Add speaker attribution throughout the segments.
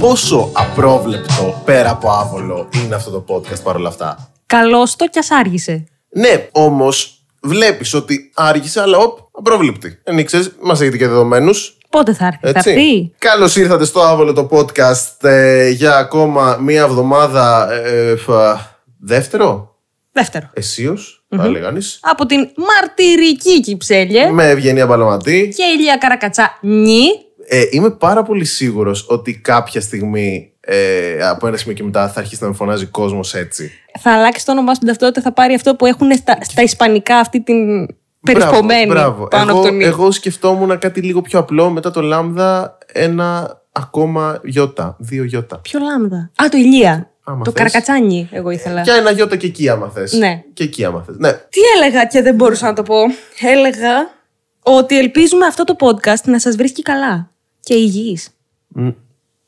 Speaker 1: πόσο απρόβλεπτο πέρα από άβολο είναι αυτό το podcast παρόλα αυτά.
Speaker 2: Καλό το κι ας άργησε.
Speaker 1: Ναι, όμως βλέπεις ότι άργησε, αλλά οπ, απρόβλεπτη. Ε, Δεν ήξερε, μας έχετε και δεδομένους.
Speaker 2: Πότε θα έρθει, θα έρθει.
Speaker 1: Καλώς ήρθατε στο άβολο το podcast ε, για ακόμα μία εβδομάδα. ε, ε, φα- δεύτερο,
Speaker 2: Δεύτερο.
Speaker 1: εσείως, θα έλεγα κανείς.
Speaker 2: Από την μαρτυρική Κυψέλια
Speaker 1: Με Ευγενία Παλαματή.
Speaker 2: και ηλία Καρακατσά νη.
Speaker 1: Ε, είμαι πάρα πολύ σίγουρος ότι κάποια στιγμή ε, από ένα σημείο και μετά θα αρχίσει να με φωνάζει κόσμος έτσι.
Speaker 2: Θα αλλάξει το όνομά σου την ταυτότητα, θα πάρει αυτό που έχουν στα, στα ισπανικά αυτή την περισπομένη
Speaker 1: Μπράβο, μπράβο.
Speaker 2: πάνω
Speaker 1: εγώ,
Speaker 2: από τον ήλιο.
Speaker 1: εγώ σκεφτόμουν κάτι λίγο πιο απλό μετά το λάμδα, ένα ακόμα γιώτα. Δύο γιώτα.
Speaker 2: Ποιο λάμδα. Α, το ηλία.
Speaker 1: Άμα
Speaker 2: το
Speaker 1: θες.
Speaker 2: καρακατσάνι, εγώ ήθελα.
Speaker 1: Και ένα γιώτα και εκεί, άμα θες.
Speaker 2: Ναι.
Speaker 1: Και εκεί, άμα θες. Ναι.
Speaker 2: Τι έλεγα και δεν μπορούσα να το πω. Έλεγα ότι ελπίζουμε αυτό το podcast να σας βρίσκει καλά και υγιείς.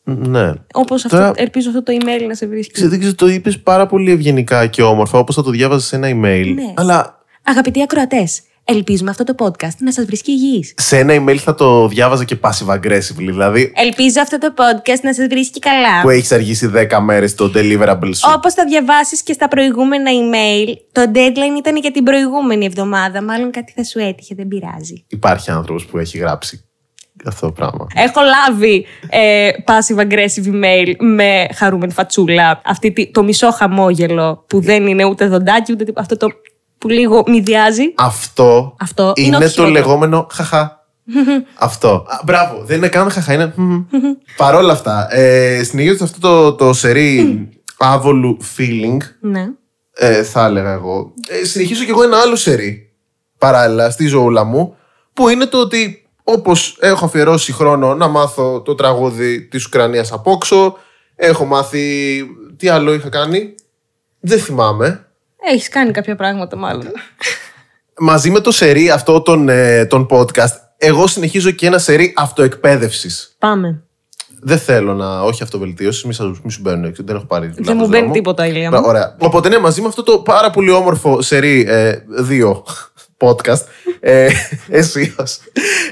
Speaker 1: ναι.
Speaker 2: Όπως αυτό,
Speaker 1: Τώρα-
Speaker 2: ελπίζω αυτό το email να σε βρίσκει.
Speaker 1: Δεν ξέρω, το είπες πάρα πολύ ευγενικά και όμορφα, όπως θα το διάβαζες σε ένα email.
Speaker 2: Ναι.
Speaker 1: Αλλά
Speaker 2: Αγαπητοί ακροατές, ελπίζουμε αυτό το podcast να σας βρίσκει υγιείς.
Speaker 1: σε ένα email θα το διάβαζα και passive aggressive, δηλαδή.
Speaker 2: Ελπίζω αυτό το podcast να σας βρίσκει καλά.
Speaker 1: που έχεις αργήσει 10 μέρες το deliverable σου.
Speaker 2: Όπως θα διαβάσεις και στα προηγούμενα email, το deadline ήταν για την προηγούμενη εβδομάδα. Μάλλον κάτι θα σου έτυχε, δεν πειράζει.
Speaker 1: Υπάρχει άνθρωπος που έχει γράψει αυτό το πράγμα.
Speaker 2: Έχω λάβει ε, passive aggressive email με χαρούμενη φατσούλα. Αυτή τη- το μισό χαμόγελο που δεν είναι ούτε δοντάκι, ούτε τίποτα. αυτό το που λίγο μηδιάζει.
Speaker 1: Αυτό,
Speaker 2: Αυτό είναι
Speaker 1: είναι,
Speaker 2: ό,τι
Speaker 1: το
Speaker 2: χειρότερο. λεγόμενο
Speaker 1: λεγόμενο χαχά. αυτό. Α, μπράβο, δεν είναι καν χαχά, είναι. Παρόλα αυτά, ε, συνεχίζοντα αυτό το, το σερί άβολου feeling,
Speaker 2: Ναι.
Speaker 1: ε, θα έλεγα εγώ, ε, συνεχίζω κι εγώ ένα άλλο σερί παράλληλα στη ζωούλα μου, που είναι το ότι όπως έχω αφιερώσει χρόνο να μάθω το τραγούδι της Ουκρανίας απόξω, έχω μάθει. Τι άλλο είχα κάνει. Δεν θυμάμαι.
Speaker 2: Έχεις κάνει κάποια πράγματα μάλλον.
Speaker 1: μαζί με το σερί αυτό των, ε, των podcast, εγώ συνεχίζω και ένα σερί αυτοεκπαίδευσης.
Speaker 2: Πάμε.
Speaker 1: Δεν θέλω να. Όχι αυτοβελτίωση, μη, σας- μη σου μπαίνουν έξω. Δεν έχω πάρει δουλειά.
Speaker 2: Δεν
Speaker 1: από
Speaker 2: μου
Speaker 1: το
Speaker 2: μπαίνει
Speaker 1: δρόμο.
Speaker 2: τίποτα, Ηλία
Speaker 1: Ωραία,
Speaker 2: μου.
Speaker 1: Ωραία. Οπότε ναι, μαζί με αυτό το πάρα πολύ όμορφο σερί ε, δύο podcast, ε, εσύ ως.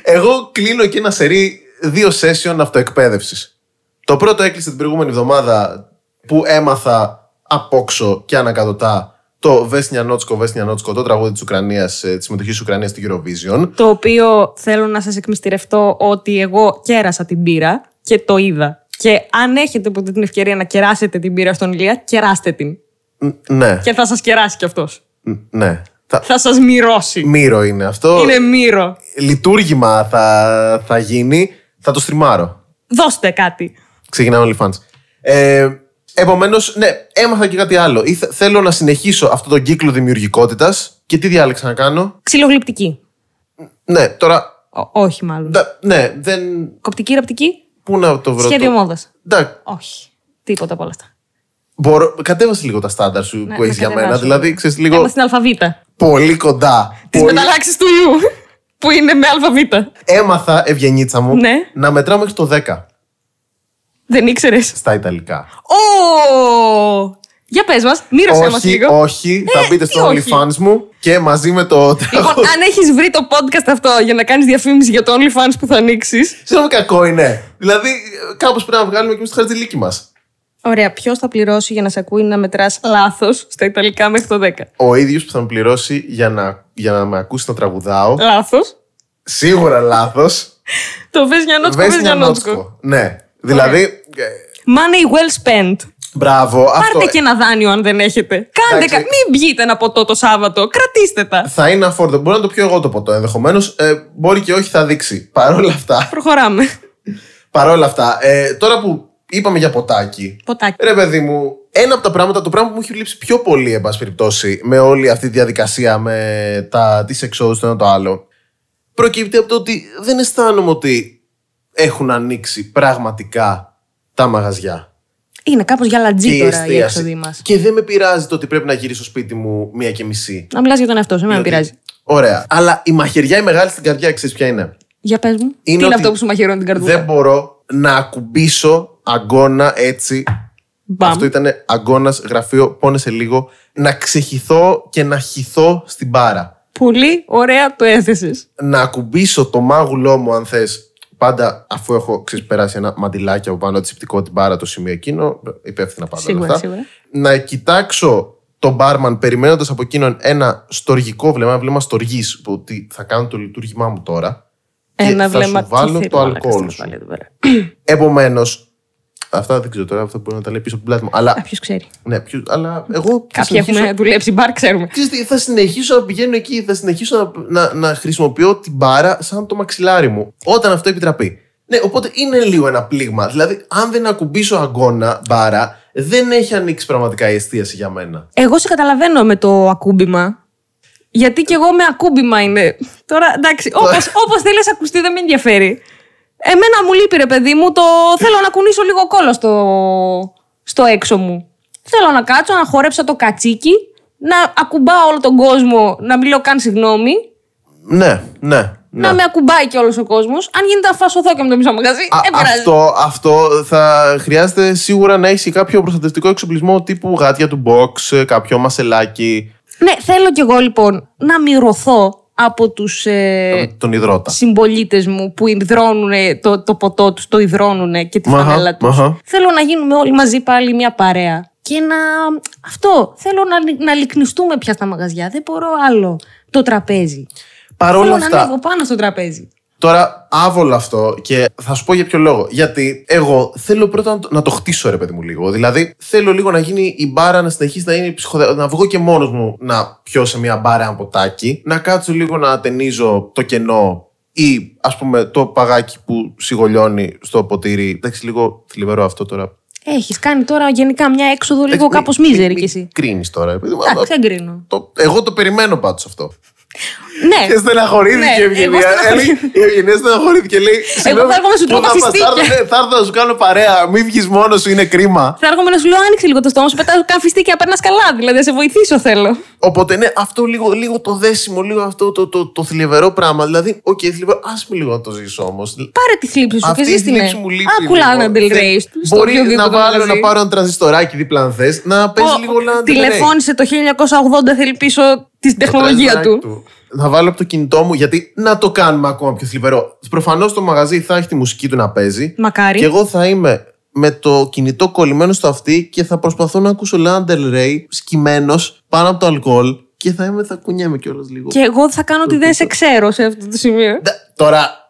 Speaker 1: Εγώ κλείνω και ένα σερί δύο session αυτοεκπαίδευσης. Το πρώτο έκλεισε την προηγούμενη εβδομάδα που έμαθα απόξω και ανακατοτά το Βέσνια Νότσκο, Βέσνια Νότσκο, το τραγούδι της Ουκρανίας, ε, της συμμετοχής της Ουκρανίας στην Eurovision.
Speaker 2: Το οποίο θέλω να σας εκμυστηρευτώ ότι εγώ κέρασα την πύρα και το είδα. Και αν έχετε ποτέ την ευκαιρία να κεράσετε την πύρα στον Ηλία, κεράστε την.
Speaker 1: Ν- Ναι,
Speaker 2: Και θα σας κεράσει κι αυτός.
Speaker 1: ν- ναι. Θα...
Speaker 2: Θα σας μυρώσει.
Speaker 1: Μύρο είναι αυτό.
Speaker 2: Είναι μύρο.
Speaker 1: Λειτουργήμα θα, θα γίνει. Θα το στριμάρω.
Speaker 2: Δώστε κάτι.
Speaker 1: Ξεκινάμε OnlyFans. Ε, Επομένως, ναι, έμαθα και κάτι άλλο. Ήθε- θέλω να συνεχίσω αυτόν τον κύκλο δημιουργικότητας. Και τι διάλεξα να κάνω.
Speaker 2: Ξυλογλυπτική.
Speaker 1: Ναι, τώρα.
Speaker 2: Ό, όχι μάλλον.
Speaker 1: ντα- Ναι, δεν.
Speaker 2: Κοπτική, ραπτική.
Speaker 1: Πού να το βρω.
Speaker 2: Σχέδιο
Speaker 1: το-
Speaker 2: μόδας.
Speaker 1: Ντά,
Speaker 2: Όχι. Τίποτα από όλα αυτά.
Speaker 1: μπορώ... Κατέβασε λίγο τα στάνταρ σου
Speaker 2: Ναι,
Speaker 1: που
Speaker 2: να
Speaker 1: έχεις για μένα.
Speaker 2: κατεβάσω.
Speaker 1: Δηλαδή, ξέρεις λίγο.
Speaker 2: Είμαστε στην αλφαβήτα.
Speaker 1: Πολύ κοντά.
Speaker 2: Τη
Speaker 1: πολύ-
Speaker 2: μεταλλάξεις του ιού. Που είναι με αλφαβήτα.
Speaker 1: Έμαθα, ευγενίτσα μου,
Speaker 2: Ναι.
Speaker 1: να μετράω μέχρι το 10
Speaker 2: Δεν ήξερες.
Speaker 1: στα Ιταλικά.
Speaker 2: Ω! Για πες μας, μύρωσέ μας
Speaker 1: όχι,
Speaker 2: λίγο. Ε,
Speaker 1: όχι, θα μπείτε
Speaker 2: τι
Speaker 1: στο
Speaker 2: όχι.
Speaker 1: OnlyFans μου και μαζί με το.
Speaker 2: Λοιπόν, αν έχεις βρει το podcast αυτό για να κάνεις διαφήμιση για το OnlyFans που θα ανοίξεις.
Speaker 1: Ξέρω κακό είναι. Δηλαδή, κάπως πρέπει να βγάλουμε και εμείς το χαρτζηλίκι μας.
Speaker 2: Ωραία, ποιος θα πληρώσει για να σε ακούει να μετράς λάθος στα Ιταλικά μέχρι το 10.
Speaker 1: Ο ίδιος που θα με πληρώσει για να, για να με ακούσει να τραγουδάω.
Speaker 2: Λάθος.
Speaker 1: Σίγουρα λάθος.
Speaker 2: Το Βεσνιανότσκο, Βεσνιανότσκο.
Speaker 1: Ναι. Δηλαδή. ε,
Speaker 2: Money well spent.
Speaker 1: Μπράβο. αυτό. ε,
Speaker 2: Πάρτε και ένα δάνειο αν δεν έχετε. Κάντε
Speaker 1: Εντάξει.
Speaker 2: κα... Μην βγείτε ένα ποτό το Σάββατο. Κρατήστε τα.
Speaker 1: Θα είναι affordable. Μπορεί να το πιω εγώ το ποτό ενδεχομένως. μπορεί και όχι, θα δείξει. Παρόλα αυτά.
Speaker 2: Προχωράμε.
Speaker 1: Παρόλα αυτά. ε, τώρα που είπαμε για ποτάκι.
Speaker 2: Ποτάκι.
Speaker 1: Ρε παιδί μου, ένα από τα πράγματα, το πράγμα που μου έχει λείψει πιο πολύ, εν πάση περιπτώσει, με όλη αυτή τη διαδικασία με τα, τις εξόδους το ένα το άλλο, προκύπτει από το ότι δεν αισθάνομαι ότι έχουν ανοίξει πραγματικά τα μαγαζιά.
Speaker 2: Είναι κάπως για
Speaker 1: και
Speaker 2: λατζή
Speaker 1: η
Speaker 2: τώρα η
Speaker 1: εστίαση.
Speaker 2: έξοδη μας.
Speaker 1: Και δεν με πειράζει το ότι πρέπει να γυρίσω σπίτι μου μία και μισή.
Speaker 2: Να μιλάς για τον εαυτό σου, εμένα με
Speaker 1: Διότι-
Speaker 2: πειράζει.
Speaker 1: Ωραία. Αλλά η μαχαιριά η μεγάλη στην καρδιά, ξέρεις ποια είναι.
Speaker 2: Για πες μου. Τι
Speaker 1: Είναι
Speaker 2: είναι
Speaker 1: ότι
Speaker 2: αυτό που σου μαχαιρώνει την καρδούλα.
Speaker 1: Δεν μπορώ να ακουμπήσω αγκώνα έτσι
Speaker 2: Μπαμ.
Speaker 1: Αυτό ήταν αγκώνα, γραφείο, πόνε σε λίγο. Να ξεχυθώ και να χυθώ στην μπάρα.
Speaker 2: Πολύ ωραία το έθεσες.
Speaker 1: Να ακουμπήσω το μάγουλό μου, αν θες, Πάντα αφού έχω ξέρεις, περάσει ένα μαντιλάκι από πάνω τη συπτικό την μπάρα το σημείο εκείνο, υπεύθυνα πάντα όλα
Speaker 2: Σίγουρα,
Speaker 1: αυτά.
Speaker 2: σίγουρα.
Speaker 1: Να κοιτάξω τον μπάρμαν περιμένοντας από εκείνον ένα στοργικό βλέμμα, ένα βλέμμα στοργής που τι θα κάνω το λειτουργήμά μου τώρα. και
Speaker 2: Ένα
Speaker 1: θα
Speaker 2: βλέμμα
Speaker 1: σου βάλω
Speaker 2: τι
Speaker 1: το
Speaker 2: θέλω, μαλάκα,
Speaker 1: αλκοόλ
Speaker 2: τι
Speaker 1: σου.
Speaker 2: θέλω πάλι εδώ πέρα.
Speaker 1: Επομένως. Αυτά δεν ξέρω τώρα, αυτά μπορεί να τα λέει πίσω από την πλάτη μου. Αλλά,
Speaker 2: Α, ποιος ξέρει.
Speaker 1: ναι, ποιος- αλλά εγώ. θα
Speaker 2: Κάποιοι
Speaker 1: συνεχίσω-
Speaker 2: έχουν δουλέψει μπαρ, ξέρουμε.
Speaker 1: Ξέρεις τι, θα συνεχίσω να πηγαίνω εκεί, θα συνεχίσω να, να, να χρησιμοποιώ την μπάρα σαν το μαξιλάρι μου, όταν αυτό επιτραπεί. Ναι, οπότε είναι λίγο ένα πλήγμα. Δηλαδή, αν δεν ακουμπήσω αγκώνα μπάρα, δεν έχει ανοίξει πραγματικά η εστίαση για μένα.
Speaker 2: Εγώ σε καταλαβαίνω με το ακούμπημα. Γιατί κι εγώ με ακούμπημα είναι. Τώρα εντάξει, όπως, όπως θέλεις ακουστεί δεν με ενδιαφέρει. Εμένα μου λείπει ρε παιδί μου το θέλω να κουνήσω λίγο κόλλο στο, στο έξω μου. Θέλω να κάτσω, να χορέψω το κατσίκι, να ακουμπάω όλο τον κόσμο, να μην λέω καν συγγνώμη,
Speaker 1: Ναι, ναι.
Speaker 2: να με ακουμπάει κι όλος ο κόσμος. Αν γίνεται να φασωθώ και με το μισό μαγαζί,
Speaker 1: Α,
Speaker 2: δεν πειράζει.
Speaker 1: αυτό, αυτό θα χρειάζεται σίγουρα να έχει κάποιο προστατευτικό εξοπλισμό τύπου γάτια του box, ε, κάποιο μασελάκι,
Speaker 2: Ναι, θέλω κι εγώ λοιπόν να μυρωθώ από τους ε,
Speaker 1: τον υδρότα.
Speaker 2: συμπολίτες μου που υδρώνουν το, το ποτό τους, το υδρώνουν και τη
Speaker 1: Μαχα,
Speaker 2: φανέλα τους.
Speaker 1: μαχα.
Speaker 2: Θέλω να γίνουμε όλοι μαζί πάλι μια παρέα. Και να. Αυτό. Θέλω να, λυ- να λυκνιστούμε πια στα μαγαζιά. Δεν μπορώ άλλο το τραπέζι.
Speaker 1: Παρ' Ε, όλα
Speaker 2: Θέλω να
Speaker 1: αυτά,
Speaker 2: ανέβω πάνω στο τραπέζι.
Speaker 1: Τώρα, άβολο αυτό και θα σου πω για ποιο λόγο. Γιατί εγώ θέλω πρώτα να το, να το χτίσω, ρε παιδί μου, λίγο. Δηλαδή, θέλω λίγο να γίνει η μπάρα να συνεχίσει να είναι ψυχοδε... Να βγω και μόνος μου να πιω σε μια μπάρα ένα ποτάκι, να κάτσω λίγο να ταινίζω το κενό ή ας πούμε το παγάκι που σιγολιώνει στο ποτήρι. Εντάξει, λίγο θλιβερό αυτό τώρα.
Speaker 2: Έχεις κάνει τώρα γενικά μια έξοδο λίγο κάπω μίζερη κι εσύ.
Speaker 1: Κρίνεις τώρα, ρε παιδί μου.
Speaker 2: Εντάξει, δεν κρίνω.
Speaker 1: Το- εγώ το περιμένω πάντως αυτό.
Speaker 2: Ναι,
Speaker 1: Και στεναχωρήθηκε
Speaker 2: Ναι,
Speaker 1: η Ευγενία.
Speaker 2: εγώ στεναχωρήθηκα.
Speaker 1: Λέει- Η Ευγενία στεναχωρήθηκε και λέει: «Συγγνώμη,
Speaker 2: έρχομαι να σου
Speaker 1: πού
Speaker 2: τρώω
Speaker 1: θα πας?
Speaker 2: φιστίκια».
Speaker 1: Θα έρθω, ναι, Θα έρθω να σου κάνω παρέα. Μην βγεις μόνος σου, είναι κρίμα.
Speaker 2: θα έρχομαι να σου λέω άνοιξε λίγο το στόμα σου, πετάω καφιστή και απέρνα καλά. Δηλαδή, να σε βοηθήσω θέλω.
Speaker 1: Οπότε ναι, αυτό λίγο, λίγο το δέσιμο, λίγο αυτό το, το, το θλιβερό πράγμα. Δηλαδή, οκ, θλιβερό, άσε με λίγο να το ζήσω όμως.
Speaker 2: Πάρε τη θλίψη σου και
Speaker 1: Αυτή η
Speaker 2: ζεις την.
Speaker 1: θλίψη μου λείπει.
Speaker 2: Άκουλα
Speaker 1: λίγο.
Speaker 2: Άννα Del
Speaker 1: Δεν-
Speaker 2: Rey, στο δηλαδή.
Speaker 1: Μπορεί να
Speaker 2: οποιοδήποτε
Speaker 1: βάλω
Speaker 2: μαγαζί.
Speaker 1: να πάρω ένα τρανζιστοράκι δίπλα αν θες, να παίζει
Speaker 2: Ο-
Speaker 1: λίγο να.
Speaker 2: Τηλεφώνησε το 1980, θέλει πίσω τη τεχνολογία του.
Speaker 1: Θα βάλω από το κινητό μου γιατί να το κάνουμε ακόμα πιο θλιβερό. Προφανώς το μαγαζί θα έχει τη μουσική του να παίζει.
Speaker 2: Μακάρι.
Speaker 1: Και εγώ θα είμαι με το κινητό κολλημένο στο αυτί και θα προσπαθώ να ακούσω Λάντερ Ρέι σκυμμένος πάνω από το αλκοόλ και θα είμαι, θα κουνιέμαι κιόλας λίγο.
Speaker 2: Και εγώ θα κάνω ότι δεν σε ξέρω σε αυτό το σημείο.
Speaker 1: Ντα- Τώρα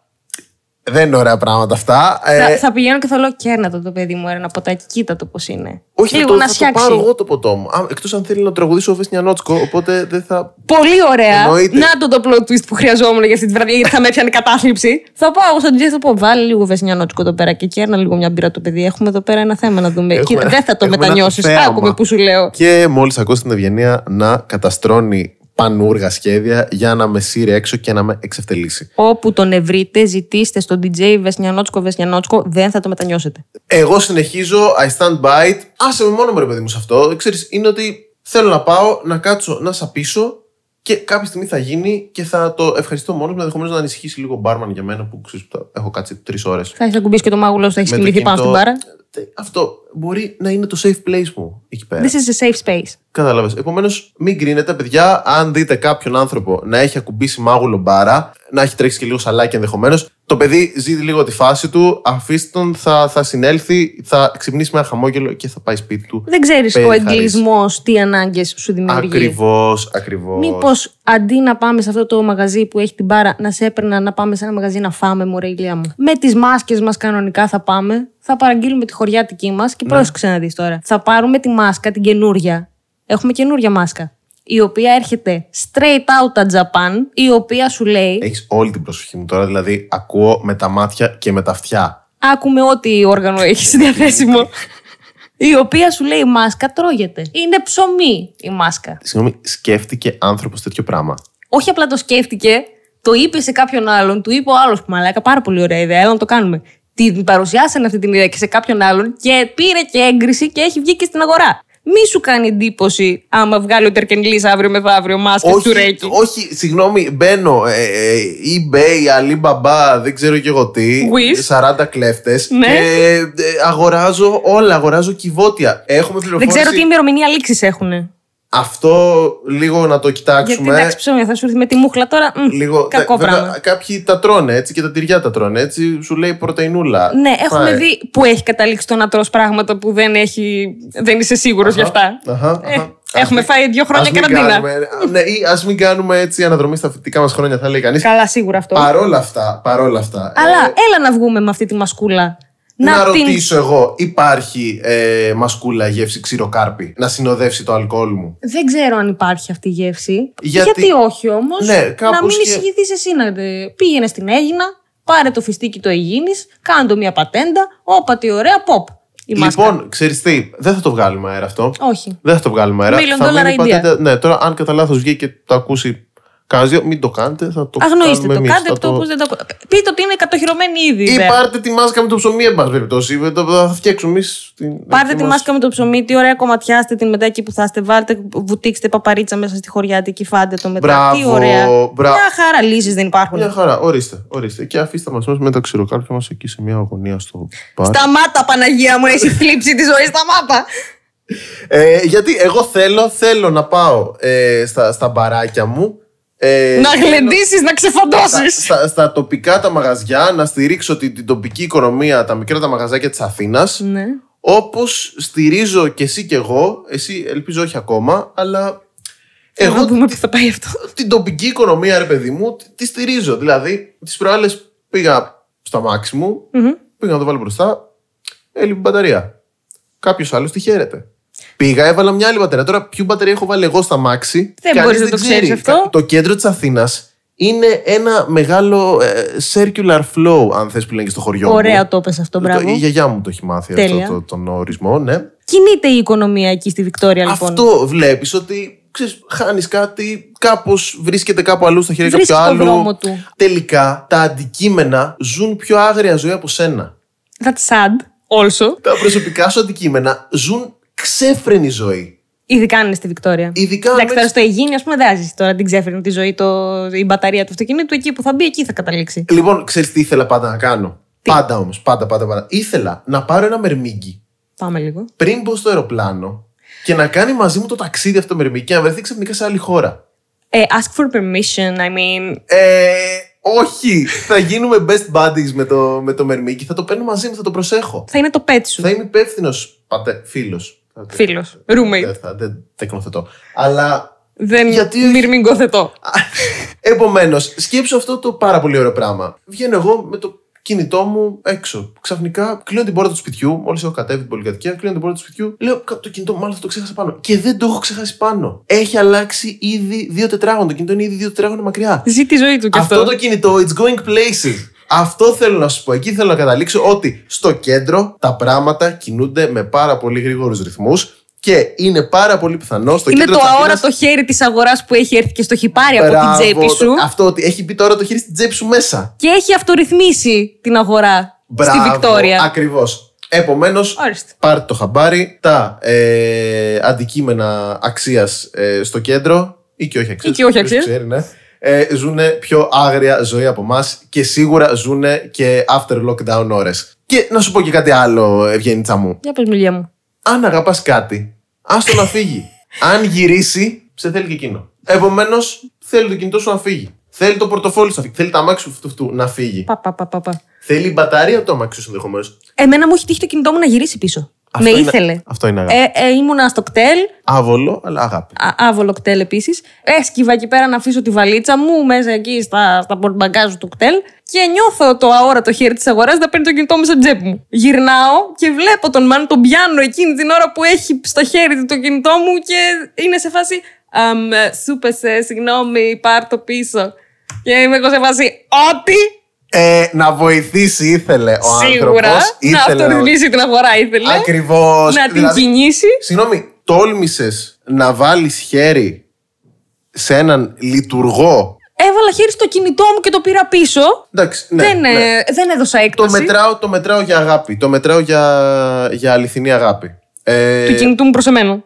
Speaker 1: δεν είναι ωραία πράγματα αυτά.
Speaker 2: Θα,
Speaker 1: Ε,
Speaker 2: θα πηγαίνω και θα λέω κέρνα το, το παιδί μου, ένα ποτάκι, κοίτα το πώ είναι.
Speaker 1: όχι, θα
Speaker 2: Λίγο
Speaker 1: το,
Speaker 2: να
Speaker 1: θα το
Speaker 2: σιάξει.
Speaker 1: πάρω εγώ το ποτό μου. Εκτός αν θέλει να τραγουδήσω ο Βεσνιανότσκο, οπότε δεν θα.
Speaker 2: Πολύ ωραία.
Speaker 1: Εννοείται.
Speaker 2: Να το το plot twist που χρειαζόμουν για αυτή τη βραδιά, γιατί θα με έπιανε κατάθλιψη. θα πάω εγώ στον DJ, θα πω βάλει λίγο βεσνιανότσικο εδώ πέρα και κέρνα λίγο μια μπύρα το παιδί. Έχουμε εδώ πέρα ένα θέμα να δούμε.
Speaker 1: Έχουμε
Speaker 2: Κοίτα,
Speaker 1: ένα-
Speaker 2: δεν θα το
Speaker 1: έχουμε ένα
Speaker 2: μετανιώσεις.
Speaker 1: θέαμα.
Speaker 2: Άκουμε που σου λέω.
Speaker 1: Και μόλις ακούσει την Ευγενία να καταστρώνει πανούργα σχέδια για να με σύρει έξω και να με εξευτελίσει.
Speaker 2: Όπου τον ευρείτε, ζητήστε στον DJ Βεσνιανότσκο, Βεσνιανότσκο, δεν θα το μετανιώσετε.
Speaker 1: Εγώ συνεχίζω, I stand by it. Άσε με μόνο μου, ρε παιδί μου, σε αυτό. Ξέρεις, είναι ότι θέλω να πάω, να κάτσω, να σαπίσω και κάποια στιγμή θα γίνει και θα το ευχαριστώ μόνος μου. Ενδεχομένως να ανησυχήσει λίγο ο μπάρμαν για μένα που ξέρεις, τα- έχω κάτσει τρεις ώρες.
Speaker 2: Θα έχει ακουμπήσει και το μάγουλο σου, θα έχεις κοιμηθεί πάνω στην μπάρα.
Speaker 1: Ε, Αυτό μπορεί να είναι το safe place μου εκεί πέρα.
Speaker 2: This is a safe space.
Speaker 1: Κατάλαβε. Επομένως, μην κρίνετε, παιδιά, αν δείτε κάποιον άνθρωπο να έχει ακουμπήσει μάγουλο μπάρα, να έχει τρέξει και λίγο σαλάκι ενδεχομένως, το παιδί ζει λίγο τη φάση του, αφήστε τον, θα, θα συνέλθει, θα ξυπνήσει με ένα χαμόγελο και θα πάει σπίτι του.
Speaker 2: Δεν ξέρεις ο
Speaker 1: Περί χαρίς.
Speaker 2: εγκλισμός τι ανάγκες σου δημιουργεί.
Speaker 1: Ακριβώς, ακριβώς.
Speaker 2: Μήπως αντί να πάμε σε αυτό το μαγαζί που έχει την μπάρα, να σε έπαιρνα να πάμε σε ένα μαγαζί να φάμε, μωρέ ηλιά μου. Με τις μάσκες μας κανονικά θα πάμε, θα παραγγείλουμε τη χωριάτικη μας και πρόσεξε να δεις τώρα. Θα πάρουμε τη μάσκα, την καινούρια. Έχουμε καινούρια μάσκα. Η οποία έρχεται straight out of Japan, η οποία σου λέει.
Speaker 1: Έχεις όλη την προσοχή μου τώρα, δηλαδή ακούω με τα μάτια και με τα αυτιά.
Speaker 2: Άκουμε ό,τι όργανο έχει διαθέσιμο. η οποία σου λέει η μάσκα τρώγεται. Είναι ψωμί η μάσκα.
Speaker 1: Συγγνώμη, σκέφτηκε άνθρωπος τέτοιο πράγμα.
Speaker 2: Όχι απλά το σκέφτηκε, το είπε σε κάποιον άλλον, του είπε ο άλλος που μαλάκα, πάρα πολύ ωραία ιδέα, έλα να το κάνουμε. Την παρουσιάσανε αυτή την ιδέα και σε κάποιον άλλον και πήρε και έγκριση και έχει βγει και στην αγορά. Μη σου κάνει εντύπωση άμα βγάλει ο Τερκενλή αύριο μεθαύριο μάσκα του Ρέικι.
Speaker 1: όχι, συγγνώμη, μπαίνω. Ε, ε, eBay, Alibaba, δεν ξέρω και εγώ τι.
Speaker 2: Wish.
Speaker 1: 40 κλέφτες.
Speaker 2: Ναι.
Speaker 1: Και ε, αγοράζω όλα, αγοράζω κυβότια. Έχουμε
Speaker 2: Δεν
Speaker 1: πληροφόρηση.
Speaker 2: ξέρω τι ημερομηνία λήξη έχουν.
Speaker 1: Αυτό λίγο να το
Speaker 2: Γιατί
Speaker 1: κοιτάξουμε.
Speaker 2: εντάξει, ψώνια θα σου έρθει με τη μούχλα τώρα. μ,
Speaker 1: Λίγο, τα-
Speaker 2: κακό
Speaker 1: βέβαια,
Speaker 2: πράγμα.
Speaker 1: Κάποιοι τα τρώνε έτσι και τα τυριά τα τρώνε έτσι. Σου λέει πρωτεϊνούλα.
Speaker 2: Ναι, έχουμε
Speaker 1: Πάει.
Speaker 2: δει που έχει καταλήξει το να τρως πράγματα που δεν, έχει, δεν είσαι σίγουρος γι' αυτά.
Speaker 1: Αχα, αχα.
Speaker 2: Ε,
Speaker 1: Ας
Speaker 2: έχουμε
Speaker 1: μην-
Speaker 2: φάει δύο χρόνια
Speaker 1: ας μην
Speaker 2: καραντίνα.
Speaker 1: κάνουμε- Ναι, ή ας μην κάνουμε έτσι αναδρομή στα φοιτητικά μας χρόνια, θα λέει κανείς.
Speaker 2: Καλά, σίγουρα αυτό.
Speaker 1: Παρόλα αυτά, παρόλα αυτά.
Speaker 2: Αλλά
Speaker 1: ε,
Speaker 2: έλα να βγούμε με αυτή τη μασκούλα.
Speaker 1: να, ρωτήσω εγώ, υπάρχει ε, μασκούλα γεύση ξηροκάρπη να συνοδεύσει το αλκοόλ μου.
Speaker 2: Δεν ξέρω αν υπάρχει αυτή η γεύση.
Speaker 1: Γιατί-
Speaker 2: Γιατί, όχι όμως.
Speaker 1: Ναι,
Speaker 2: να
Speaker 1: κάπως
Speaker 2: μην
Speaker 1: και-
Speaker 2: εισηγηθείς εσύ να ε, πήγαινες στην Έγινα, πάρε το φιστίκι το Αιγίνης, κάνε το μια πατέντα. Όπα τι ωραία, pop. Η μάσκα.
Speaker 1: λοιπόν, ξέρεις τι, δεν θα το βγάλουμε αέρα αυτό.
Speaker 2: Όχι.
Speaker 1: Δεν θα το βγάλουμε αέρα.
Speaker 2: Million
Speaker 1: θα
Speaker 2: dollar
Speaker 1: μείνει
Speaker 2: idea.
Speaker 1: πατέντα- Ναι, τώρα αν κατά λάθος βγει και το ακούσει κανένα δύο, μην το κάνετε. Θα το
Speaker 2: Αγνοήστε
Speaker 1: κάνουμε
Speaker 2: το.
Speaker 1: εμείς,
Speaker 2: Κάντε
Speaker 1: θα
Speaker 2: το, όπως δεν το. Πείτε ότι είναι κατοχυρωμένη ήδη. η
Speaker 1: Ή
Speaker 2: ιδέα.
Speaker 1: πάρτε τη μάσκα με το ψωμί, εν πάση περιπτώσει. Δεν το- Θα φτιάξουμε εμείς την.
Speaker 2: Πάρτε τη
Speaker 1: μας-
Speaker 2: μάσκα με το ψωμί, τι ωραία κομματιάστε την μετά εκεί που θα είστε. Βάλτε, βουτήξτε παπαρίτσα μέσα στη χωριάτικη, φάντε το μετά. τι
Speaker 1: Μπράβο,
Speaker 2: ωραία.
Speaker 1: μπρα-
Speaker 2: Μια χαρά λύσεις δεν υπάρχουν.
Speaker 1: Μια χαρά, ορίστε. ορίστε. Και αφήστε μας με τα ξηροκάρπια μας εκεί σε μια αγωνία στο πάρκο.
Speaker 2: Σταμάτα, Παναγία μου, έχεις θλίψη τη ζωή, σταμάτα.
Speaker 1: Ε, γιατί εγώ θέλω, θέλω να πάω ε, στα, στα μπαράκια μου. Ε,
Speaker 2: να γλεντήσεις, να
Speaker 1: στα,
Speaker 2: ξεφαντώσεις.
Speaker 1: στα, στα τοπικά τα μαγαζιά, να στηρίξω την, την τοπική οικονομία, τα μικρά τα μαγαζάκια της Αθήνας.
Speaker 2: Ναι.
Speaker 1: Όπως στηρίζω και εσύ και εγώ, εσύ ελπίζω όχι ακόμα, αλλά
Speaker 2: Εγώ
Speaker 1: εγώ
Speaker 2: δούμε που θα πάει αυτό.
Speaker 1: την τοπική οικονομία, ρε παιδί μου, τη- τη στηρίζω. Δηλαδή, τις προάλλες πήγα στα μάξι μου,
Speaker 2: Μμμ.
Speaker 1: πήγα να το βάλω μπροστά, έλειπε μπαταρία. Κάποιος άλλος τη χαίρεται. Πήγα, έβαλα μια άλλη μπαταρία. Τώρα, ποιο μπαταρία έχω βάλει εγώ στα μάξι.
Speaker 2: Δεν
Speaker 1: κανείς
Speaker 2: μπορείς να το
Speaker 1: ξέρει.
Speaker 2: ξέρεις αυτό.
Speaker 1: Το κέντρο της Αθήνας είναι ένα μεγάλο ε, circular flow, αν θες που λένε και στο χωριό μου.
Speaker 2: Ωραία το έπεσε αυτό,
Speaker 1: Το- Η
Speaker 2: μπράβο.
Speaker 1: γιαγιά μου το έχει μάθει αυτό,
Speaker 2: Τέλεια.
Speaker 1: το, τον ορισμό, ναι.
Speaker 2: Κινείται η οικονομία εκεί στη Βικτόρια, λοιπόν.
Speaker 1: Αυτό βλέπεις ότι ξέρεις, χάνεις κάτι, κάπως βρίσκεται κάπου αλλού στα χέρια
Speaker 2: Βρίσκει
Speaker 1: κάποιου
Speaker 2: το
Speaker 1: άλλου.
Speaker 2: δρόμο του.
Speaker 1: Τελικά τα αντικείμενα ζουν πιο άγρια ζωή από σένα.
Speaker 2: That's sad, also.
Speaker 1: Τα προσωπικά σου αντικείμενα ζουν ξέφρενη ζωή.
Speaker 2: Ειδικά αν είναι στη Βικτόρια.
Speaker 1: Ειδικά αν
Speaker 2: Εντάξει, τώρα
Speaker 1: έχεις-
Speaker 2: στο Αιγίνη, ας πούμε, δεν άζει τώρα την ξέφερνε τη ζωή, το... η μπαταρία του αυτοκίνητου. Εκεί που θα μπει, εκεί θα καταλήξει.
Speaker 1: Λοιπόν, ξέρεις τι ήθελα πάντα να κάνω. Πάντα όμως, πάντα, πάντα, πάντα. Ήθελα να πάρω ένα μερμήγκι
Speaker 2: Πάμε λίγο.
Speaker 1: πριν μπω στο αεροπλάνο και να κάνει μαζί μου το ταξίδι αυτό το μερμήγκι και να βρεθεί ξαφνικά σε άλλη χώρα.
Speaker 2: Ε, ask for permission, I mean.
Speaker 1: Ε, όχι. θα γίνουμε best buddies με το, με το μερμήγκι. Θα το παίρνω μαζί μου, θα το προσέχω.
Speaker 2: Θα είναι το pet σου.
Speaker 1: θα είμαι υπεύθυνος πατε... φίλος.
Speaker 2: Φίλο. Roommate.
Speaker 1: Δεν θα, δεν τεκνοθετώ. Αλλά
Speaker 2: Δεν
Speaker 1: Γιατί όχι?
Speaker 2: μυρμηγκοθετώ.
Speaker 1: Επομένως, σκέψου αυτό το πάρα πολύ ωραίο πράγμα. Βγαίνω εγώ με το κινητό μου έξω. Ξαφνικά κλείνω την πόρτα του σπιτιού. Μόλις έχω κατέβει την πολυκατοικία, κλείνω την πόρτα του σπιτιού. Λέω «Κα- το κινητό, μου, μάλλον θα το ξέχασα πάνω. Και δεν το έχω ξεχάσει πάνω. Έχει αλλάξει ήδη δύο τετράγωνο. Το κινητό είναι ήδη δύο τετράγωνα μακριά.
Speaker 2: Ζει τη ζωή του κι
Speaker 1: αυτό.
Speaker 2: αυτό.
Speaker 1: το κινητό, it's going places. Αυτό θέλω να σου πω. Εκεί θέλω να καταλήξω ότι στο κέντρο τα πράγματα κινούνται με πάρα πολύ γρήγορους ρυθμούς και είναι πάρα πολύ πιθανό στο
Speaker 2: Είναι
Speaker 1: κέντρο
Speaker 2: το
Speaker 1: της Αθήνας-
Speaker 2: αόρατο χέρι της αγοράς που έχει έρθει και στο έχει πάρει από την
Speaker 1: Μπράβο,
Speaker 2: τσέπη σου.
Speaker 1: το- Αυτό ότι έχει μπει τώρα το χέρι στην τσέπη σου μέσα.
Speaker 2: Και έχει αυτορυθμίσει την αγορά στη Βικτόρια.
Speaker 1: Ακριβώς. Επομένως,
Speaker 2: Ορίστε.
Speaker 1: πάρτε το χαμπάρι. Τα ε, αντικείμενα αξίας ε, στο κέντρο ή και όχι αξίας.
Speaker 2: Ή και όχι αξίας.
Speaker 1: Ξέρει, ναι. Ε, ζουν πιο άγρια ζωή από εμάς και σίγουρα ζουν και after lockdown ώρες. Και να σου πω και κάτι άλλο, Ευγέννητσα μου.
Speaker 2: Για πες, μιλιά μου.
Speaker 1: Αν αγαπάς κάτι, άστο να φύγει. Αν γυρίσει, σε θέλει και εκείνο. Επομένως, θέλει το κινητό σου να φύγει. Θέλει το πορτοφόλι σου να φύγει. Θέλει τα αμάξι σου αυτού- αυτού να φύγει.
Speaker 2: Πα, πα, πα, πα, πα.
Speaker 1: Θέλει η μπαταρία του αμάξι σου ενδεχομένως.
Speaker 2: Εμένα μου έχει τύχει το κινητό μου να γυρίσει πίσω.
Speaker 1: Αυτό
Speaker 2: με
Speaker 1: είναι-
Speaker 2: Ναι, ήθελε.
Speaker 1: Αυτό είναι αγάπη.
Speaker 2: Ε, ε, ήμουνα στο κτέλ,
Speaker 1: Άβολο, αλλά αγάπη.
Speaker 2: α- άβολο κτέλ επίσης. Έσκυβα εκεί πέρα να αφήσω τη βαλίτσα μου μέσα εκεί στα, στα πορτμπαγκάζ του κτέλ και νιώθω το αόρατο χέρι της αγοράς να παίρνει το κινητό μου στην τσέπη μου. Γυρνάω και βλέπω τον Μαν, τον πιάνω εκείνη την ώρα που έχει στο χέρι του το κινητό μου και είναι σε φάση. «Αμ, ε, Σου πέσε, συγγνώμη, πάρ το πίσω. Και είμαι εγώ σε φάση. Ό,τι
Speaker 1: Ε, να βοηθήσει ήθελε ο
Speaker 2: σίγουρα
Speaker 1: άνθρωπος.
Speaker 2: να
Speaker 1: Ήθελε να-
Speaker 2: αυτορυθμίσει την αγορά ήθελε.
Speaker 1: Ακριβώς.
Speaker 2: Να την
Speaker 1: Δηλαδή,
Speaker 2: κινήσει.
Speaker 1: Συγγνώμη, τόλμησες να βάλεις χέρι σε έναν λειτουργό.
Speaker 2: Έβαλα χέρι στο κινητό μου και το πήρα πίσω.
Speaker 1: Εντάξει, ναι,
Speaker 2: δεν, ε,
Speaker 1: ναι.
Speaker 2: δεν έδωσα
Speaker 1: Το
Speaker 2: έκπτωση.
Speaker 1: μετράω, το μετράω για αγάπη. Το μετράω για, για αληθινή αγάπη. Ε,
Speaker 2: Του κινητού μου προς εμένα.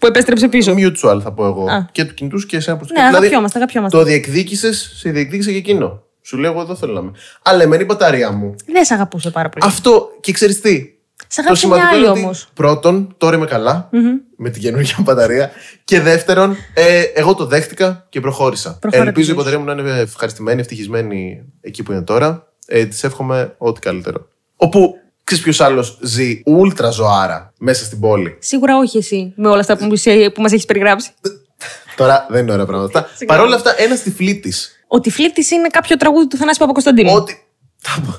Speaker 2: Που επέστρεψε πίσω.
Speaker 1: Mutual θα πω εγώ.
Speaker 2: Α.
Speaker 1: Και του κινητού σου και εσένα προς
Speaker 2: Ναι, αγαπιόμαστε, αγαπιόμαστε.
Speaker 1: Δηλαδή, Το διεκδίκησες, σε διεκδίκησε και εκείνο. Σου λέω, εγώ εδώ θέλω να είμαι. Αλλά εμένα η μπαταρία μου.
Speaker 2: Δεν σε αγαπούσε πάρα πολύ.
Speaker 1: Αυτό και ξέρεις τι.
Speaker 2: Σε αγάπησε μια άλλη όμως.
Speaker 1: πρώτον, τώρα είμαι καλά, με την καινούργια μπαταρία. Και δεύτερον, ε, εγώ το δέχτηκα και προχώρησα.
Speaker 2: Προχώρατε
Speaker 1: Ελπίζω η
Speaker 2: κι
Speaker 1: μπαταρία μου να είναι ευχαριστημένη, ευτυχισμένη εκεί που είναι τώρα. Ε, Της εύχομαι ό,τι καλύτερο. Όπου ξέρεις ποιος άλλος ζει ούλτρα ζωάρα μέσα στην πόλη.
Speaker 2: Σίγουρα όχι εσύ με όλα αυτά που, μου σε- που μας έχεις περιγράψει.
Speaker 1: Τώρα δεν είναι ωραία πράγματα. Παρ' όλα αυτά, ένας τυφλίτης.
Speaker 2: Ο τυφλίτη είναι κάποιο τραγούδι του Θανάση Παπακοσταντίνου.
Speaker 1: Ό,τι. Τα πω.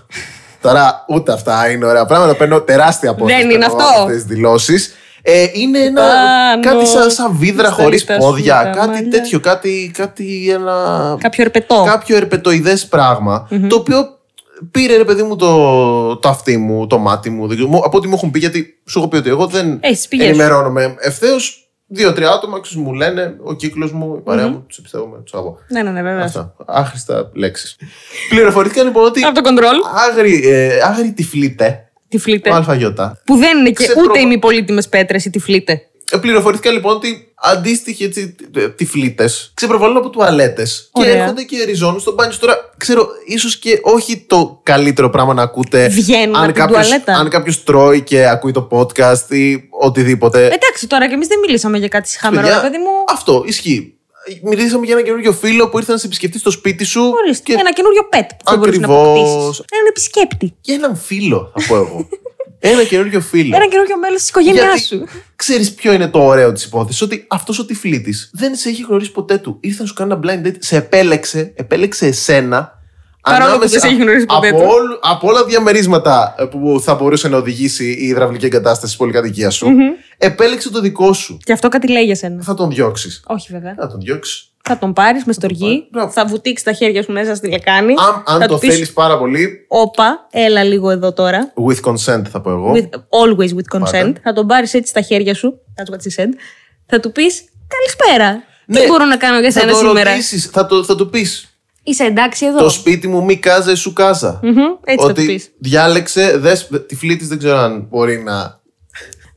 Speaker 1: Τώρα ούτε αυτά είναι ωραία πράγματα. Παίρνω τεράστια απόσταση.
Speaker 2: Δεν Ναι, είναι αυτό.
Speaker 1: Αυτές τις δηλώσεις. Ε, είναι ένα.
Speaker 2: Πάνω
Speaker 1: κάτι σαν, σαν βίδρα
Speaker 2: στα
Speaker 1: χωρί
Speaker 2: λιτά σου
Speaker 1: πόδια.
Speaker 2: τα
Speaker 1: Κάτι
Speaker 2: μαλλιά.
Speaker 1: τέτοιο. Κάτι, κάτι ένα.
Speaker 2: Κάποιο ερπετό.
Speaker 1: κάποιο ερπετοειδές πράγμα, Το οποίο πήρε ρε παιδί μου το, το αυτί μου, το μάτι μου. δεν ξέρω. Μου- από ό,τι μου έχουν πει, γιατί σου έχω πει ότι εγώ δεν
Speaker 2: Έχεις τις πηγές σου.
Speaker 1: ενημερώνομαι ευθέως. Δύο-τρία άτομα ξέρεις, μου λένε, ο κύκλος μου, η παρέα μου, τους εμπιστεύομαι, τους αγαπώ.
Speaker 2: Ναι, ναι, ναι, βέβαια.
Speaker 1: Αυτά. Άχρηστα λέξεις. Πληροφορήθηκα λοιπόν ότι
Speaker 2: Από το κοντρόλ.
Speaker 1: άγρι, ε, άγρι τυφλίτε,
Speaker 2: Τυφλίτε.
Speaker 1: το ΑΙ.
Speaker 2: Που δεν είναι και
Speaker 1: Ξεπρο-
Speaker 2: ούτε οι μη πολύτιμε πέτρες οι τυφλίτε.
Speaker 1: Ε, Πληροφορήθηκα λοιπόν ότι αντίστοιχοι έτσι, τυφλίτες ξεπροβάλλουν από τουαλέτες και
Speaker 2: Ωραία.
Speaker 1: έρχονται και ριζώνουν στο μπάνιο. Τώρα, ξέρω, ίσως και όχι το καλύτερο πράγμα να ακούτε.
Speaker 2: Βγαίνουν από την
Speaker 1: κάποιος,
Speaker 2: τουαλέτα.
Speaker 1: αν κάποιος τρώει και ακούει το podcast ή οτιδήποτε.
Speaker 2: Εντάξει, τώρα κι εμείς δεν μιλήσαμε για κάτι συχάμερο,
Speaker 1: Παιδιά,
Speaker 2: ρε παιδί μου.
Speaker 1: Αυτό ισχύει. Μιλήσαμε για ένα καινούριο φίλο που ήρθε να σε επισκεφτεί στο σπίτι σου.
Speaker 2: Ορίστε.
Speaker 1: και
Speaker 2: Ένα καινούριο pet που θα μπορούσε να
Speaker 1: Ακριβώς. Ναι.
Speaker 2: αποκτήσει. Έναν επισκέπτη.
Speaker 1: για έναν φίλο, θα πω εγώ. ένα καινούριο φίλο.
Speaker 2: Ένα καινούριο μέλος της οικογένειάς σου.
Speaker 1: Ξέρεις ποιο είναι το ωραίο της υπόθεσης, ότι αυτός ο τυφλίτης δεν σε έχει γνωρίσει ποτέ του. Ήρθε να σου κάνει ένα blind date, σε επέλεξε, επέλεξε εσένα.
Speaker 2: Παρόλο που
Speaker 1: ανάμεσα
Speaker 2: δεν σε έχει γνωρίσει ποτέ
Speaker 1: από,
Speaker 2: του.
Speaker 1: όλου- από όλα τα διαμερίσματα ε, που θα μπορούσε να οδηγήσει η υδραυλική εγκατάσταση της πολυκατοικίας σου, επέλεξε το δικό σου.
Speaker 2: Και αυτό κάτι λέει για σένα.
Speaker 1: Θα τον διώξεις.
Speaker 2: Όχι, βέβαια.
Speaker 1: Θα τον διώξεις.
Speaker 2: Θα τον πάρεις με στοργή,
Speaker 1: πάρεις. Μπράβο.
Speaker 2: θα βουτήξει τα χέρια σου μέσα στη λεκάνη.
Speaker 1: Αν,
Speaker 2: θα
Speaker 1: αν το
Speaker 2: του πεις,
Speaker 1: θέλεις πάρα πολύ,
Speaker 2: Όπα, έλα λίγο εδώ τώρα.
Speaker 1: with consent θα πω εγώ.
Speaker 2: With, always with consent.
Speaker 1: Πάντα.
Speaker 2: Θα τον πάρεις έτσι στα χέρια σου. That's what she said. Θα του πεις Καλησπέρα.
Speaker 1: Ναι.
Speaker 2: Τι μπορώ να κάνω για
Speaker 1: θα
Speaker 2: σένα
Speaker 1: το
Speaker 2: σήμερα.
Speaker 1: ρωτήσεις, θα, το, θα του πεις.
Speaker 2: Είσαι εντάξει εδώ.
Speaker 1: Το σπίτι μου μη κάζε σου κάζα.
Speaker 2: Μμμ, έτσι θα του πεις.
Speaker 1: διάλεξε, δες, τυφλή της δεν ξέρω αν μπορεί να...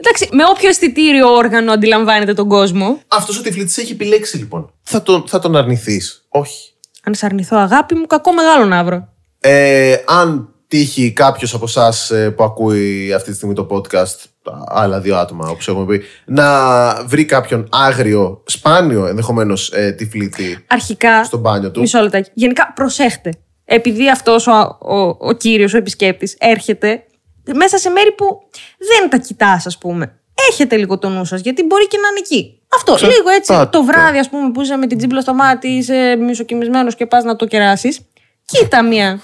Speaker 2: Εντάξει, με όποιο αισθητήριο όργανο αντιλαμβάνεται τον κόσμο.
Speaker 1: Αυτός ο τυφλίτης έχει επιλέξει λοιπόν. Θα τον, θα τον αρνηθείς. Όχι.
Speaker 2: Αν σ' αρνηθώ αγάπη μου, κακό μεγάλο αύριο.
Speaker 1: Ε, αν τύχει κάποιος από εσάς που ακούει αυτή τη στιγμή το podcast, τα άλλα δύο άτομα όπως έχουμε πει, να βρει κάποιον άγριο, σπάνιο ενδεχομένως ε, τυφλίτη
Speaker 2: Αρχικά.
Speaker 1: στο μπάνιο του.
Speaker 2: Μισό λεπτάκι. Γενικά, προσέχτε. Επειδή αυτός ο, ο, ο κύριος, ο επισκέπτης, έρχεται μέσα σε μέρη που δεν τα κοιτάς, ας πούμε. Έχετε λίγο το νου σας, γιατί μπορεί και να είναι εκεί. Αυτό,
Speaker 1: Ξε-
Speaker 2: λίγο έτσι.
Speaker 1: πάτε.
Speaker 2: Το βράδυ, ας πούμε, που είσαι με την τσίπλα στο μάτι, είσαι μισοκιμισμένο και πας να το κεράσεις. Κοίτα μία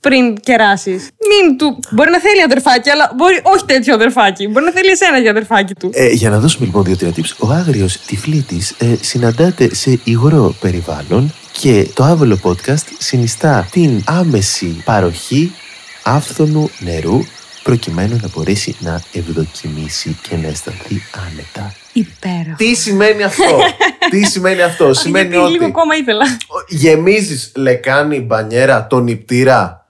Speaker 2: πριν κεράσεις. Μην του. Μπορεί να θέλει αδερφάκι, αλλά μπορεί όχι τέτοιο αδερφάκι. Μπορεί να θέλει εσένα για αδερφάκι του.
Speaker 3: Ε, για να δώσουμε λοιπόν δύο-τρία tips. Ο άγριος τυφλίτης ε, συναντάται σε υγρό περιβάλλον και το άβολο podcast συνιστά την άμεση παροχή άφθονου νερού προκειμένου να μπορέσει να ευδοκιμήσει και να αισθανθεί άνετα.
Speaker 2: Υπέροχο.
Speaker 1: Τι σημαίνει αυτό. Τι σημαίνει αυτό. σημαίνει
Speaker 2: Γιατί
Speaker 1: ότι...
Speaker 2: λίγο ακόμα ήθελα.
Speaker 1: Γεμίζεις λεκάνη, μπανιέρα, τον νηπτήρα.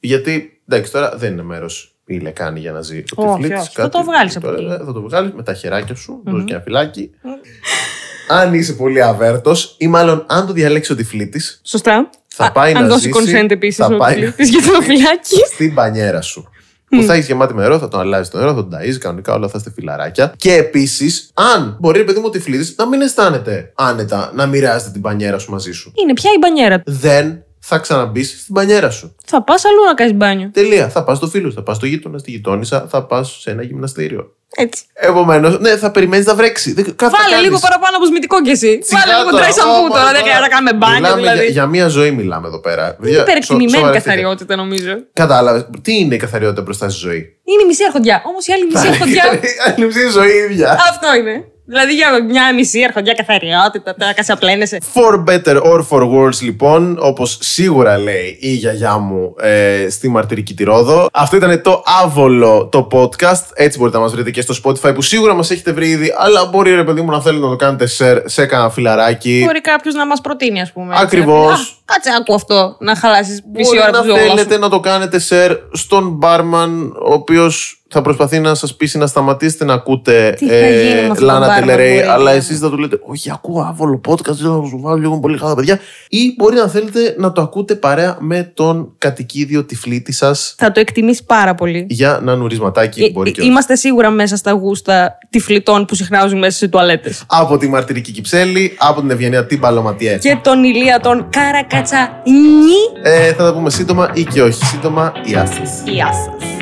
Speaker 1: Γιατί εντάξει, τώρα δεν είναι μέρος η λεκάνη για να ζει ο
Speaker 2: Όχι,
Speaker 1: τυφλίτης,
Speaker 2: όχι. Θα το βγάλεις από
Speaker 1: τώρα,
Speaker 2: εκεί.
Speaker 1: ε, Θα το βγάλεις με τα χεράκια σου, mm και ένα φυλάκι. αν είσαι πολύ αβέρτος, ή μάλλον αν το διαλέξει ο τυφλίτης,
Speaker 2: Σωστά.
Speaker 1: Θα
Speaker 2: Α,
Speaker 1: πάει
Speaker 2: αν
Speaker 1: να
Speaker 2: δώσει
Speaker 1: ζήσει,
Speaker 2: consent επίσης
Speaker 1: θα
Speaker 2: ο
Speaker 1: πάει.
Speaker 2: κλητής για το φυλάκι.
Speaker 1: στην μπανιέρα σου. Που θα έχεις γεμάτη με νερό, θα τον αλλάζεις το νερό, θα τον ταζει κανονικά, όλα θα είστε φιλαράκια. Και επίσης, αν μπορεί, ρε παιδί μου, ο τυφλίτη να μην αισθάνεται άνετα να μοιράζεται την μπανιέρα σου μαζί σου.
Speaker 2: Είναι πια η μπανιέρα.
Speaker 1: Δεν θα ξαναμπεί στην μπανιέρα σου.
Speaker 2: Θα πας αλλού να κάνεις μπάνιο.
Speaker 1: Τελεία. Θα πας στο φίλο, σου, θα πας στο γείτονα, στη γειτόνισσα, θα πας σε ένα γυμναστήριο.
Speaker 2: Έτσι.
Speaker 1: Επομένως, ναι, θα περιμένεις να βρέξει. Δεν, κάτι θα
Speaker 2: Βάλε
Speaker 1: κάνεις.
Speaker 2: λίγο παραπάνω από σμητικό κι εσύ.
Speaker 1: Σιγά
Speaker 2: Βάλε λίγο
Speaker 1: τώρα.
Speaker 2: τράι σαμπού
Speaker 1: Ω,
Speaker 2: τώρα.
Speaker 1: μα,
Speaker 2: Δεν χρειάζεται να κάνουμε μπάνιο
Speaker 1: Μιλάμε
Speaker 2: δηλαδή.
Speaker 1: Για, για μία ζωή μιλάμε εδώ πέρα. Είναι
Speaker 2: Υπερεκτιμημένη καθαριότητα νομίζω.
Speaker 1: Κατάλαβες. Τι είναι η καθαριότητα μπροστά στη ζωή.
Speaker 2: Είναι η μισή αρχοντιά. Όμως η άλλη μισή αρχοντιά.
Speaker 1: Ανεμψή η ζωή ίδια.
Speaker 2: Αυτό είναι. Δηλαδή για μια μισή αρχοντιά καθαριότητα. Τώρα κασαπλένεσαι.
Speaker 1: For better or for worse, λοιπόν, όπως σίγουρα λέει η γιαγιά μου ε, στη μαρτυρική τη Ρόδο. Αυτό ήταν το άβολο το podcast. Έτσι μπορείτε να μας βρείτε και στο Spotify που σίγουρα μας έχετε βρει ήδη. Αλλά μπορεί ρε παιδί μου να θέλετε να το κάνετε share σε κανένα φιλαράκι.
Speaker 2: Μπορεί κάποιος να μας προτείνει, ας πούμε. έτσι,
Speaker 1: Ακριβώς.
Speaker 2: να πει, «Α, Κάτσε, άκου αυτό να χαλάσεις μισή
Speaker 1: Μπορεί
Speaker 2: ώρα
Speaker 1: να
Speaker 2: που ζωγόλα σου».
Speaker 1: θέλετε να το κάνετε share στον barman, ο οποίος θα προσπαθεί να σας πείσει να σταματήσετε να ακούτε ε,
Speaker 2: Τι θα γίνει με αυτό το
Speaker 1: Λάνα
Speaker 2: μπάρμα,
Speaker 1: Τελερέη,
Speaker 2: μωρέ,
Speaker 1: αλλά
Speaker 2: ναι.
Speaker 1: εσείς θα του λέτε Όχι, ακούω άβολο podcast, δεν θα σου βάλω λίγο πολύ χάλα, παιδιά. Ή μπορεί να θέλετε να το ακούτε παρέα με τον κατοικίδιο τυφλίτη σας
Speaker 2: Θα το εκτιμήσει πάρα πολύ.
Speaker 1: για να νουρισματάκι.
Speaker 2: Ε,
Speaker 1: μπορεί
Speaker 2: ε,
Speaker 1: και όχι.
Speaker 2: Είμαστε σίγουρα μέσα στα γούστα τυφλιτών που συχνάζουν μέσα σε τουαλέτες.
Speaker 1: Από τη μαρτυρική Κυψέλη, από την Ευγενία την Παλωματιέ.
Speaker 2: Και τον ηλία των Καρακατσανί.
Speaker 1: Ε, θα τα πούμε σύντομα ή και όχι σύντομα. Γεια σας.
Speaker 2: Γεια σας.